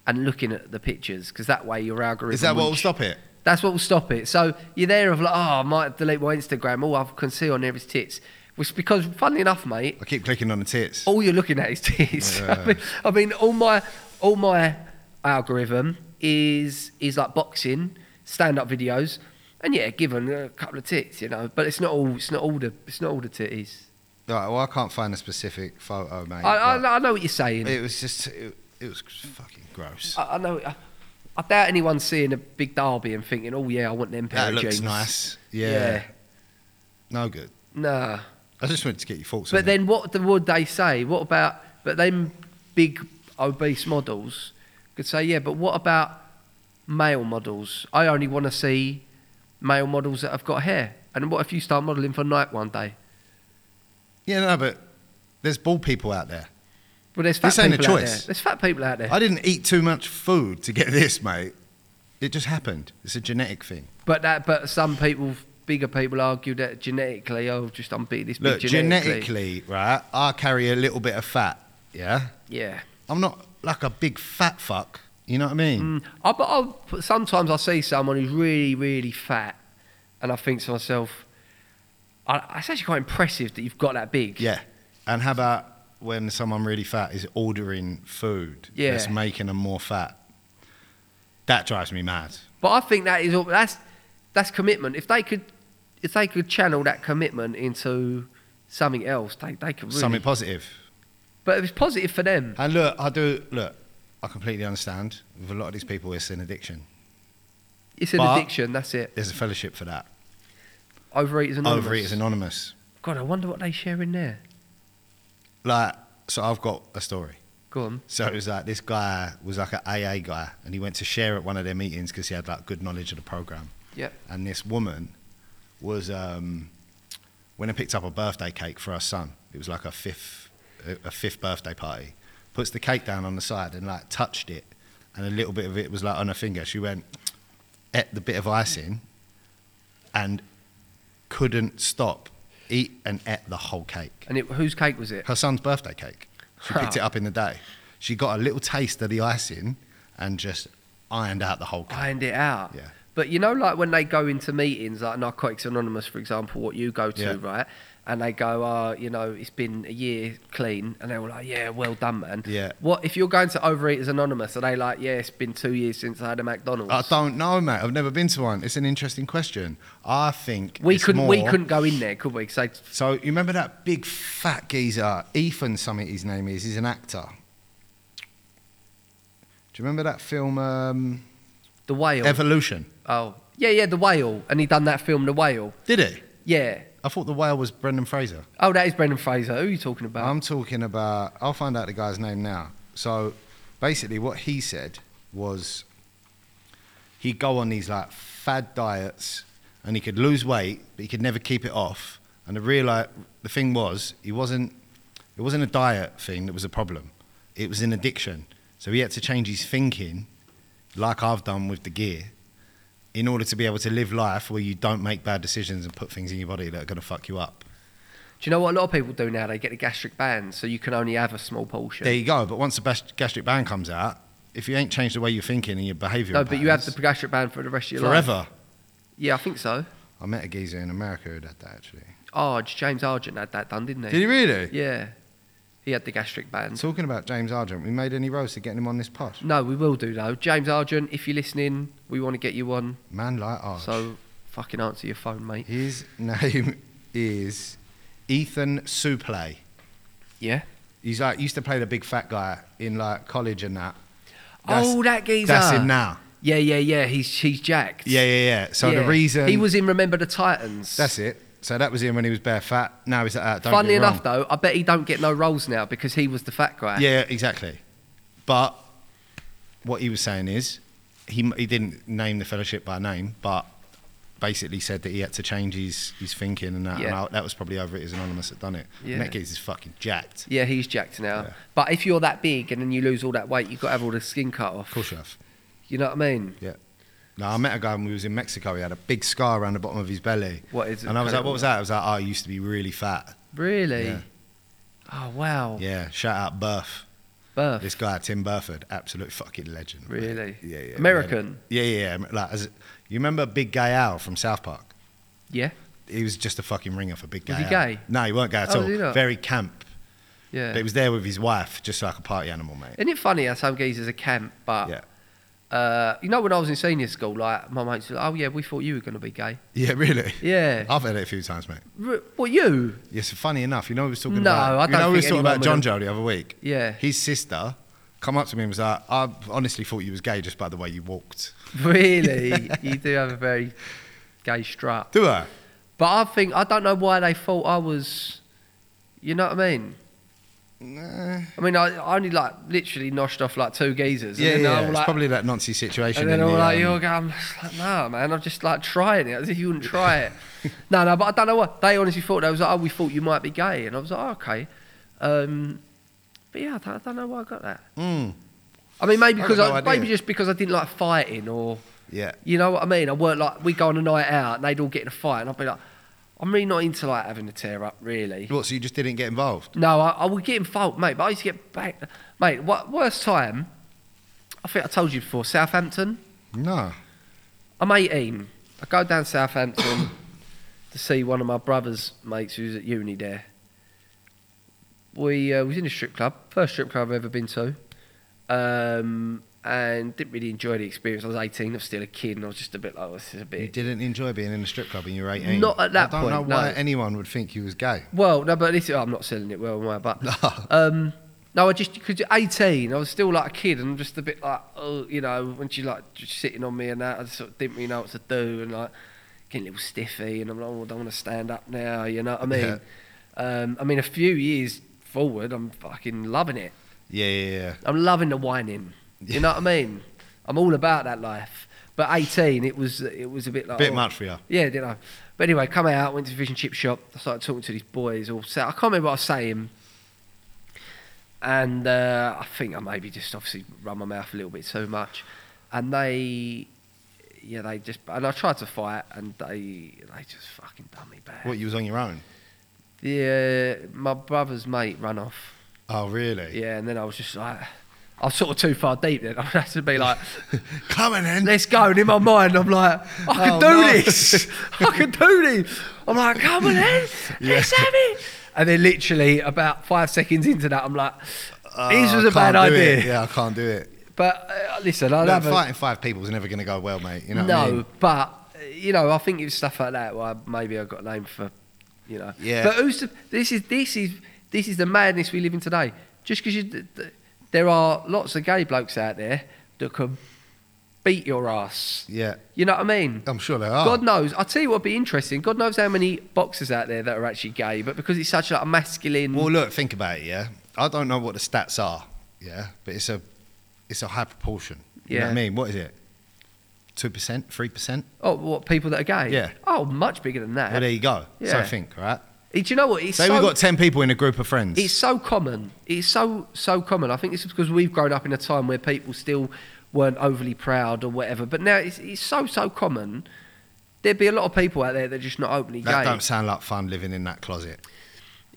and looking at the pictures because that way your algorithm. is that what will sh- stop it? That's what will stop it. So you're there of like, oh, I might delete my Instagram. All I can see on there is tits. Which because, funnily enough, mate, I keep clicking on the tits. all you're looking at is tits. Yeah. I, mean, I mean, all my all my algorithm is is like boxing, stand up videos, and yeah, given a couple of tits, you know. But it's not all. It's not all the. It's not all the titties. Right, well, I can't find a specific photo, mate. I, but I, I know what you're saying. it was just it, it was fucking gross. I, I know. I, I doubt anyone's seeing a big derby and thinking, "Oh yeah, I want them pair that of looks jeans." nice. Yeah. no good. Nah. I just wanted to get your thoughts. on But it. then, what the, would they say? What about but them big obese models could say, "Yeah, but what about male models? I only want to see male models that have got hair." And what if you start modelling for Nike one day? yeah, no, but there's bald people out there. Well, there's fat This ain't a people out there. choice. There's fat people out there. I didn't eat too much food to get this, mate. It just happened. It's a genetic thing. But that, but some people, bigger people, argue that genetically, oh, just I'm big. This big Look, genetically, right? I carry a little bit of fat. Yeah, yeah. I'm not like a big fat fuck. You know what I mean? Mm, I, but I'll, sometimes I see someone who's really, really fat, and I think to myself, I, "That's actually quite impressive that you've got that big." Yeah. And how about when someone really fat is ordering food Yeah. that's making them more fat? That drives me mad. But I think that is all- that's that's commitment. If they could, if they could channel that commitment into something else, they they could really. Something positive. but it's positive for them. And look, I do look. I completely understand. With a lot of these people, it's an addiction. It's an But- addiction. That's it. There's a fellowship for that. Overeaters Anonymous. Overeaters Anonymous. God, I wonder what they share in there. Like, so I've got a story. Go on. So it was like this guy was like an AA guy, and he went to share at one of their meetings because he had like good knowledge of the program. Yep. And this woman was um, when I picked up a birthday cake for our son. It was like a fifth a, a fifth birthday party. Puts the cake down on the side and like touched it, and a little bit of it was like on her finger. She went ate the bit of icing, and couldn't stop eat and ate the whole cake. And it, whose cake was it? Her son's birthday cake. She picked it up in the day. She got a little taste of the icing and just ironed out the whole cake. Ironed it out. Yeah. But you know, like when they go into meetings, like Narcotics Anonymous, for example, what you go to, Yeah. right? And they go, oh, you know, it's been a year clean. And they were like, yeah, well done, man. Yeah. What if you're going to Overeaters Anonymous? Are they like, yeah, it's been two years since I had a McDonald's? I don't know, mate. I've never been to one. It's an interesting question. I think we it's couldn't, we more- couldn't go in there, could we? 'Cause they- So you remember that big fat geezer, Ethan something his name is. He's an actor. Do you remember that film um, the whale. Evolution? oh, yeah, yeah, the whale. And he done that film, The Whale. Did it? Yeah. I thought the whale was Brendan Fraser. Oh, that is Brendan Fraser. Who are you talking about? I'm talking about. I'll find out the guy's name now. So basically, what he said was he'd go on these like fad diets and he could lose weight, but he could never keep it off. And the real the thing was, he wasn't. It wasn't a diet thing that was a problem. It was an addiction. So he had to change his thinking, like I've done with the gear, in order to be able to live life where you don't make bad decisions and put things in your body that are going to fuck you up. do you know what a lot of people do now? They get the gastric band, so you can only have a small portion. There you go. But once the bas- gastric band comes out, if you ain't changed the way you're thinking and your behaviour, no, but you have the gastric band for the rest of your life. forever. Yeah, I think so. I met a geezer in America who had that actually. Arge, James Argent had that done, didn't he? Did he really? Yeah. He had the gastric band. Talking about James Argent, we made any rows to getting him on this pod. No, we will do though. James Argent, if you're listening, we want to get you on. Man like Arch. So fucking answer your phone, mate. his name is Ethan Suplay. Yeah. He's like used to play the big fat guy in like college and that. oh, that geezer. That's him now. Yeah, yeah, yeah. He's he's jacked. Yeah, yeah, yeah. So Yeah. the reason he was in Remember the Titans. that's it. So that was him when he was bare fat. Now he's like that. Don't Funnily get me wrong. enough, though, I bet he don't get no roles now because he was the fat guy. Yeah, exactly. But what he was saying is, he he didn't name the fellowship by name, but basically said that he had to change his, his thinking and that. And Yeah. I, that was probably over it is anonymous that done it. Yeah. Metcalf is fucking jacked. Yeah, he's jacked now. Yeah. But if you're that big and then you lose all that weight, you've got to have all the skin cut off. Of course you have. You know what I mean? Yeah. No, I met a guy when we was in Mexico. He had a big scar around the bottom of his belly. What is it? And I was like, what was that? I was like, oh, I used to be really fat. Really? Yeah. Oh, wow. Yeah. Shout out Burf. Birth. This guy, Tim Burford, absolute fucking legend. mate. Really? Yeah, yeah. American? Yeah, yeah. yeah. Like, as, you remember Big Gay Al from South Park? Yeah. He was just a fucking ringer for Big Gay Was he Al. gay? No, he weren't gay at Oh, was he all. not? Very camp. Yeah. But he was there with his wife, just like a party animal, mate. Isn't it funny how some geezers are camp, but Yeah. uh, you know when I was in senior school, like my mates, were like, oh yeah, we thought you were going to be gay. Yeah, really? Yeah. I've heard it a few times, mate. R- what you? Yes, funny enough, you know we was talking No, about. I you don't know we was think talking about John anyone Joe the other week. Yeah. His sister come up to me and was like, "I honestly thought you was gay just by the way you walked." Really? you do have a very gay strut. Do I? But I think I don't know why they thought I was. You know what I mean? Nah. I mean, I, I only like literally noshed off like two geezers. Yeah, yeah. and then yeah. I'm It's like, probably that Nancy situation. And then in all the, like, um, you're going, I'm just like, nah, man, I'm just like trying it. As if you wouldn't try it. no, no, but I don't know what. They honestly thought, they was like, oh, we thought you might be gay. And I was like, oh, okay. Um, but yeah, I don't, I don't know why I got that. Mm, I mean, maybe I've because got I, no idea. maybe just because I didn't like fighting or, yeah. you know what I mean? I weren't like, we go on a night out and they'd all get in a fight and I'd be like, I'm really not into like having a tear up, really. What? So you just didn't get involved? No, I, I would get in fault, mate, but I used to get back. Mate, what, worst time, I think I told you before, Southampton. No. I'm 18. I go down Southampton to see one of my brother's mates who's at uni there. We uh, was in a strip club, first strip club I've ever been to, um, and didn't really enjoy the experience. I was 18, I was still a kid, and I was just a bit like, "Oh, this is a You bit. didn't enjoy being in a strip club when you were 18. Not at that I don't point, know why no. anyone would think you was gay. Well, no, but this, I'm not selling it well, am I? But No. um, no, I just because 18, I was still like a kid and just a bit like, oh, you know, when she like just sitting on me and that, I just sort of didn't really know what to do and like getting a little stiffy and I'm like, oh, I don't want to stand up now, you know what I mean? Um, I mean, a few years forward, I'm fucking loving it. Yeah, yeah, yeah. I'm loving the whining. You know what I mean? I'm all about that life. But 18, it was it was a bit like Bit oh, much for you. yeah, didn't I? But anyway, come out, went to the fish and chip shop. I started talking to these boys. All set. I can't remember what I was saying. And uh, I think I maybe just obviously run my mouth a little bit too much. And they, yeah, they just and I tried to fight, and they they just fucking done me bad. What? You was on your own? Yeah, my brother's mate ran off. Oh, really? Yeah, and then I was just like, I was sort of too far deep. Then I had to be like, Coming in. let's go. And in my mind, I'm like, I can Oh, do no. this. I can do this. I'm like, come on then, let's have it. And then literally about five seconds into that, I'm like, Oh, this was I a bad can't do idea. it. Yeah, I can't do it. But uh, listen, I Look, love fighting five people is never going to go well, mate. You know what I no, mean? but uh, you know, I think it was stuff like that. Where I, maybe I got named for, you know. Yeah. But who's to, this is this is this is the madness we live in today. Just because you, th- th- there are lots of gay blokes out there that can beat your ass. Yeah, You know what I mean? I'm sure there are. God knows. I'll tell you what'd be interesting. God knows how many boxers out there that are actually gay, but because it's such like, a masculine. Well, look, think about it. Yeah, I don't know what the stats are. Yeah, but it's a it's a high proportion. You know what I Yeah. mean, what is it? Two percent, three percent. oh, what people that are gay? Yeah. Oh, much bigger than that. Well, there you go. So Yeah. think, right? Do you know what? It's Say so we've got ten people in a group of friends. It's so common. It's so so common. I think this is because we've grown up in a time where people still weren't overly proud or whatever. But now it's, it's so so common. There'd be a lot of people out there that are just not openly that gay. don't sound like fun living in that closet.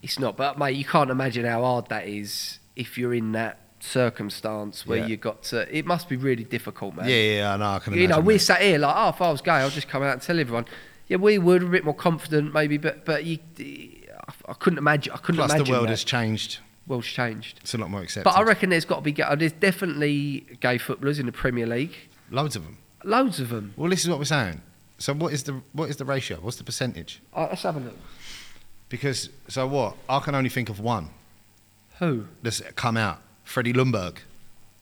It's not. But mate, you can't imagine how hard that is if you're in that circumstance where Yeah. you got to. It must be really difficult, man. Yeah, yeah, yeah, I know. I can You imagine. know, we're mate. sat here like, oh, if I was gay, I'll just come out and tell everyone. Yeah, we would a bit more confident, maybe, but but you, I couldn't imagine. I couldn't Plus, imagine the world that. has changed. world's changed. It's a lot more accepted. But I reckon there's got to be ga- oh, there's definitely gay footballers in the Premier League. loads of them. Loads of them. Well, this is what we're saying. So, what is the what is the ratio? What's the percentage? Uh, let's have a look. Because so what? I can only think of one Who? that's come out. Freddie Lundberg.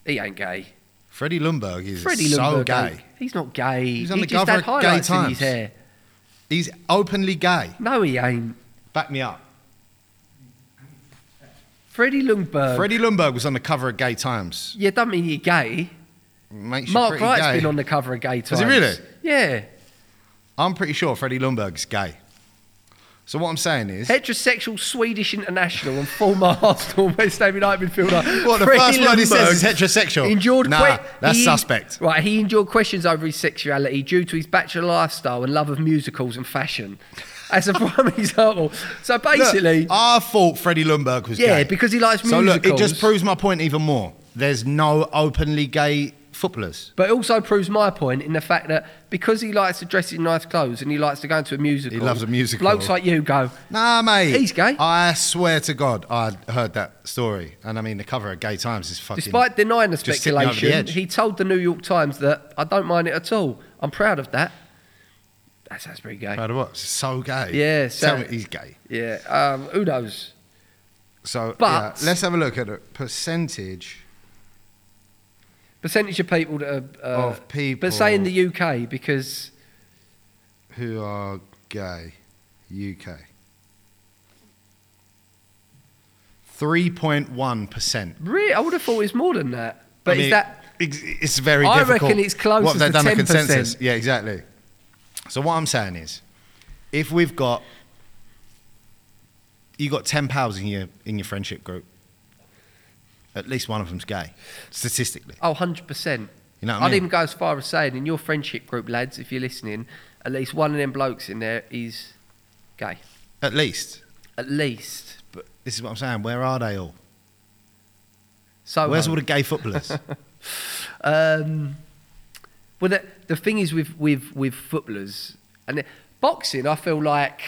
He ain't gay. Freddie Lundberg is Freddie so Lundberg. eh? gay. ain't- He's not gay. He's on he the just cover had of Gay highlights in Times. his hair. He's openly gay. No, he ain't. Back me up. Freddie Lundberg. Freddie Lundberg was on the cover of Gay Times. Yeah, don't mean you're gay. Makes you Mark pretty Wright's gay. been on the cover of Gay Times. Has he really? Yeah. I'm pretty sure Freddie Lundberg's gay. So what I'm saying is, Heterosexual Swedish international and former Arsenal West Ham United midfielder. What, the Freddie first word he Ljungberg says is heterosexual? Endured Nah, that's suspect. Right, he endured questions over his sexuality due to his bachelor lifestyle and love of musicals and fashion. As a prime example. So Look, basically, I thought Freddie Lundberg was Yeah, gay. because he likes So look, it musicals. just proves my point even more. There's no openly gay footballers. but it also proves my point in the fact that because he likes to dress in nice clothes and he likes to go into a musical, He loves a musical. Blokes like you go, Nah, mate. He's gay. I swear to God, I heard that story, and I mean the cover of Gay Times is fucking. Despite denying the just tipped me over the speculation, edge. he told the New York Times that I don't mind it at all. I'm proud of that. That sounds pretty gay. Proud of what? So gay. Yeah, so- Tell me he's gay. Yeah. Um, who knows? So, But- yeah, let's have a look at the percentage. Percentage of people that are uh, Of people. but say in the UK because who are gay, UK. 3.1%. really, I would have thought it's more than that. But I mean, is that it's- It's very I difficult. reckon it's close What, as they've the done a 10%. consensus. Yeah, exactly. So what I'm saying is, if we've got... you got 10 pals in your, in your friendship group. At least one of them's gay, statistically. oh, 100 percent? You know what I I'd mean? even go as far as saying in your friendship group, lads, if you're listening, at least one of them blokes in there is gay. At least. At least. But this is what I'm saying. Where are they all? So Where's all the gay footballers? Um, well, the, the thing is with with with footballers and the- boxing, I feel like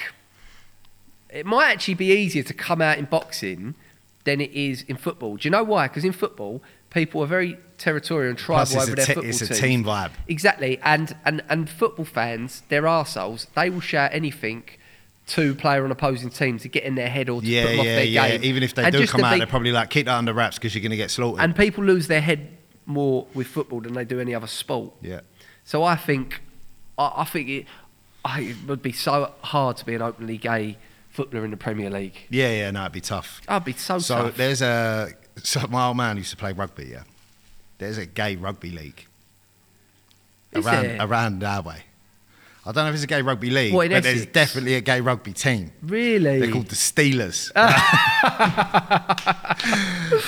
it might actually be easier to come out in boxing than it is in football. Do you know why? Because in football, people are very territorial and tribal Plus, it's over a their te- football it's a teams. team vibe. Exactly, and and and football fans, they're arseholes. They will shout anything. To player on opposing team to get in their head or to Yeah, put them off yeah, their yeah. game. Even if they And do just come the out, big- they're probably like, keep that under wraps because you're going to get slaughtered. and people lose their head more with football than they do any other sport. yeah. So I think, I, I think it, I, it would be so hard to be an openly gay footballer in the Premier League. Yeah, yeah, no, it'd be tough. I'd be so, so Oh, tough. there's a. So my old man used to play rugby, yeah. There's a gay rugby league Is around, there? around our way. I don't know if it's a gay rugby league, What, in but there's Essex? definitely a gay rugby team. Really? They're called the Steelers.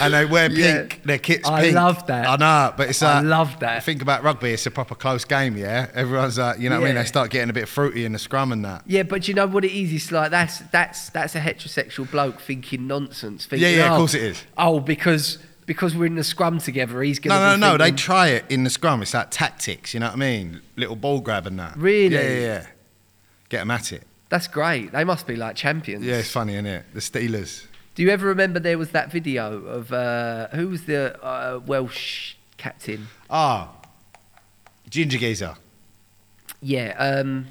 and they wear Yeah. pink. Their kit's I pink. love that. I know, but it's I like, love that. Think about rugby. It's a proper close game. Yeah, everyone's like, you know what I mean. Yeah. They start getting a bit fruity in the scrum and that. yeah, but you know what it is? It's like that's that's that's a heterosexual bloke thinking nonsense. Thinking, yeah, of oh, course it is. Oh, because because we're in the scrum together, he's gonna. No, no, be no. They thinking- try it in the scrum. It's like tactics. You know what I mean? Little ball grab and that. Really? Yeah, yeah. yeah. Get them at it. that's great. They must be like champions. Yeah, it's funny, isn't it? The Steelers. Do you ever remember there was that video of uh, who was the uh, Welsh captain? Ah, Ginger Geezer. Yeah, um,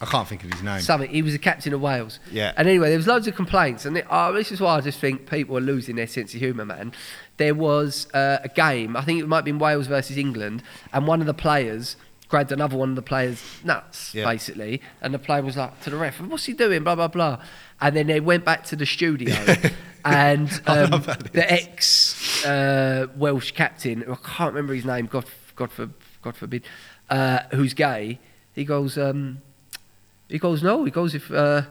I can't think of his name. Something. He was the captain of Wales. Yeah. And anyway, there was loads of complaints, and it, oh, this is why I just think people are losing their sense of humour, man. There was uh, a game. I think it might have been Wales versus England, and one of the players grabbed another one of the players nuts, Yeah. basically, and the player was like to the ref, "What's he doing?" Blah blah blah. And then they went back to the studio, and um, the ex uh, Welsh captain, who I can't remember his name. God, God, for, God forbid, uh, who's gay. He goes. Um, he goes, no. He goes, if uh,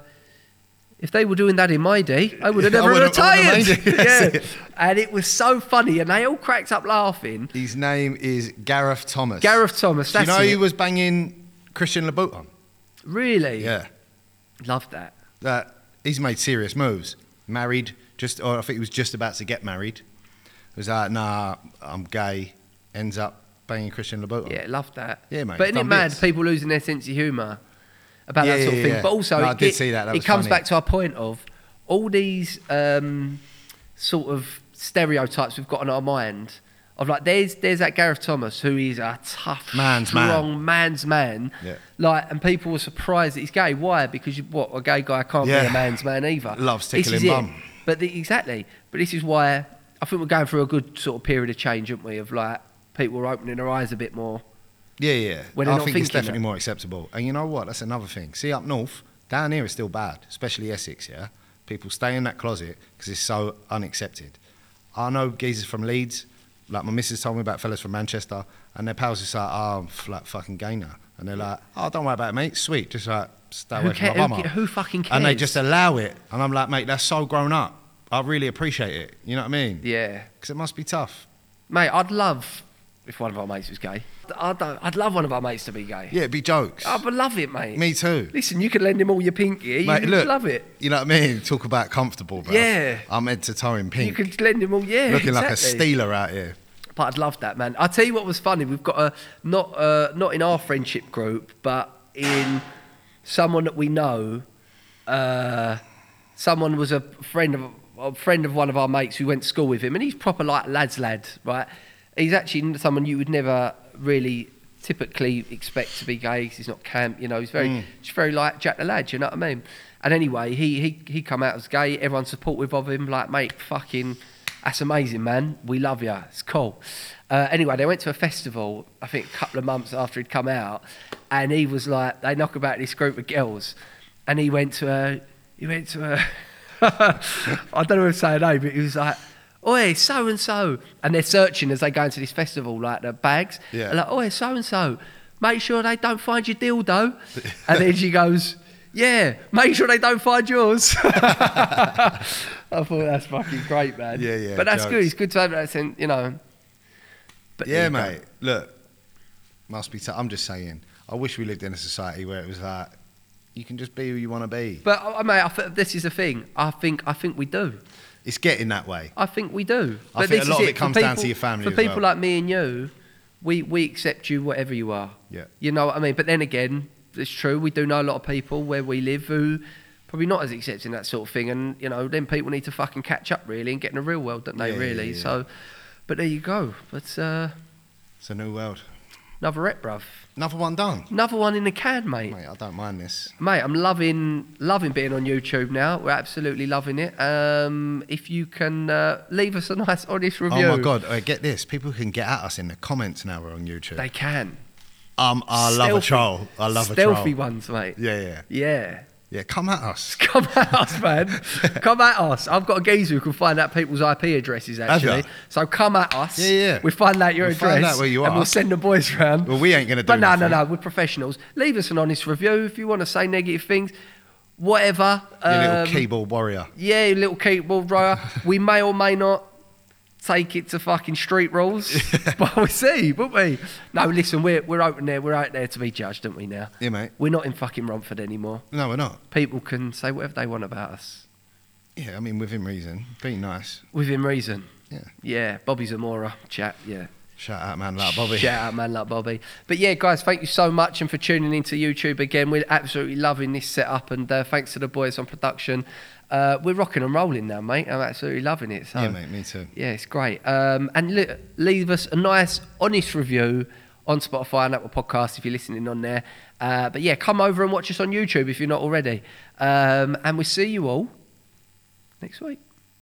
if they were doing that in my day, I would have I never would've- I would've retired. made it. That's yeah. it. And it was so funny, and they all cracked up laughing. His name is Gareth Thomas. Gareth Thomas, Do you that's know it. he was banging Christian Laboute on? Really? Yeah. Love that. That he's made serious moves. Married, just or I think he was just about to get married. He was like, nah, I'm gay. Ends up banging Christian Laboute. on. Yeah, love that. Yeah, mate, But isn't it done mad bits. people losing their sense of humour about Yeah, that sort yeah, of thing? yeah. But also, No, it, I did see that. That it was comes funny. back to our point of all these um, sort of stereotypes we've got in our mind. Of like, there's there's that Gareth Thomas who is a tough, Man's man. strong man's man. Yeah. Like, and people were surprised that he's gay. Why? Because you, what a gay guy can't be Yeah. a man's man either. Loves This is tickling it. bum. But the, exactly. But this is why I think we're going through a good sort of period of change, aren't we? Of like people are opening their eyes a bit more. Yeah, yeah. When they're I not think it's thinking definitely that. more acceptable. And you know what? That's another thing. See, up north, down here is still bad, especially Essex, yeah? People stay in that closet because it's so unaccepted. I know geezers from Leeds, like my missus told me about fellas from Manchester, and their pals just like, oh, I'm f- like fucking gay now. And they're like, oh, don't worry about it, mate. Sweet. Just like, stay Who away from ca- my who bummer. ca- who fucking And they cares? just allow it. And I'm like, mate, that's so grown up. I really appreciate it. You know what I mean? Yeah. Because it must be tough. Mate, I'd love if one of our mates was gay. I don't, I'd love one of our mates to be gay. Yeah, it'd be jokes. I would love it, mate. Me too. Listen, you could lend him all your pinky. Mate, You'd look. love it. You know what I mean? Talk about comfortable, bro. Yeah. I'm head to toe in pink. You could lend him all, yeah. Looking like a exactly. stealer out here. But I'd love that, man. I'll tell you what was funny. We've got a not uh, not in our friendship group, but in someone that we know. Uh, someone was a friend of a friend of one of our mates who went to school with him, and he's proper like lads lad, right? He's actually someone you would never really typically expect to be gay. 'cause he's not camp, you know. He's very just very like Jack the lad. You know what I mean? And anyway, he he he come out as gay. Everyone's supportive of him. Like, mate, fucking. That's amazing, man. We love you. It's cool. Uh, anyway, they went to a festival, I think a couple of months after he'd come out, and he was like, they knock about this group of girls, and he went to a, he went to a, I don't know if to say her name, but he was like, Oi, so and so. And they're searching as they go into this festival, like their bags. Yeah. They're like, Oi, so and so, make sure they don't find your dildo. and then she goes, Yeah, make sure they don't find yours. I thought that's fucking great, man. Yeah, yeah, But that's good. jokes. It's good to have that sense, you know. But Yeah, there you go. mate. Look, must be. T- I'm just saying. I wish we lived in a society where it was like, you can just be who you want to be. But uh, mate, I th- this is the thing. I think I think we do. It's getting that way. I think we do. I think a this lot of is it For comes down to your family For as people well. like me and you, we we accept you whatever you are. Yeah. You know what I mean? But then again, it's true. We do know a lot of people where we live who probably not as accepting that sort of thing. And you know, then people need to fucking catch up really and get in the real world, don't they? Yeah, yeah, really. yeah. So, but there you go. But uh, It's a new world. another rep, bruv. Another one done. Another one in the can, mate. Mate, I don't mind this. Mate, I'm loving loving being on YouTube now. We're absolutely loving it. Um, if you can uh, leave us a nice honest review, Oh my god! Wait, get this. People can get at us in the comments now. We're on YouTube. they can. um, I love a Stealthy- troll. I love a troll. stealthy ones, mate. Yeah, yeah, Yeah. yeah. Come at us. Come at us, man. come at us. I've got a geezer who can find out people's IP addresses, Have ya? actually. So come at us. Yeah, yeah. We find out your We'll address. find out where you And are. we'll send the boys round. Well, we ain't gonna do But no, no, nothing. no. We're professionals. Leave us an honest review if you want to say negative things. Whatever. You little Um, keyboard warrior. Yeah, you little keyboard rower. we may or may not take it to fucking street rules, but we'll see, won't we? No, listen, we're, we're open there. We're out there to be judged, aren't we, now? Yeah, mate. We're not in fucking Romford anymore. No, we're not. People can say whatever they want about us Yeah, I mean within reason. Be nice. within reason. Yeah. Yeah, Bobby Zamora, chat, yeah. Shout out, man, like Bobby. Shout out, man, like Bobby. But yeah, guys, thank you so much and for tuning into YouTube again. We're absolutely loving this setup and uh, thanks to the boys on production. Uh, we're rocking and rolling now, mate. I'm absolutely loving it. So. Yeah, mate. Me too. Yeah, it's great. Um, and li- leave us a nice, honest review on Spotify and Apple Podcasts if you're listening on there. Uh, but yeah, come over and watch us on YouTube if you're not already. Um, and we see you all next week.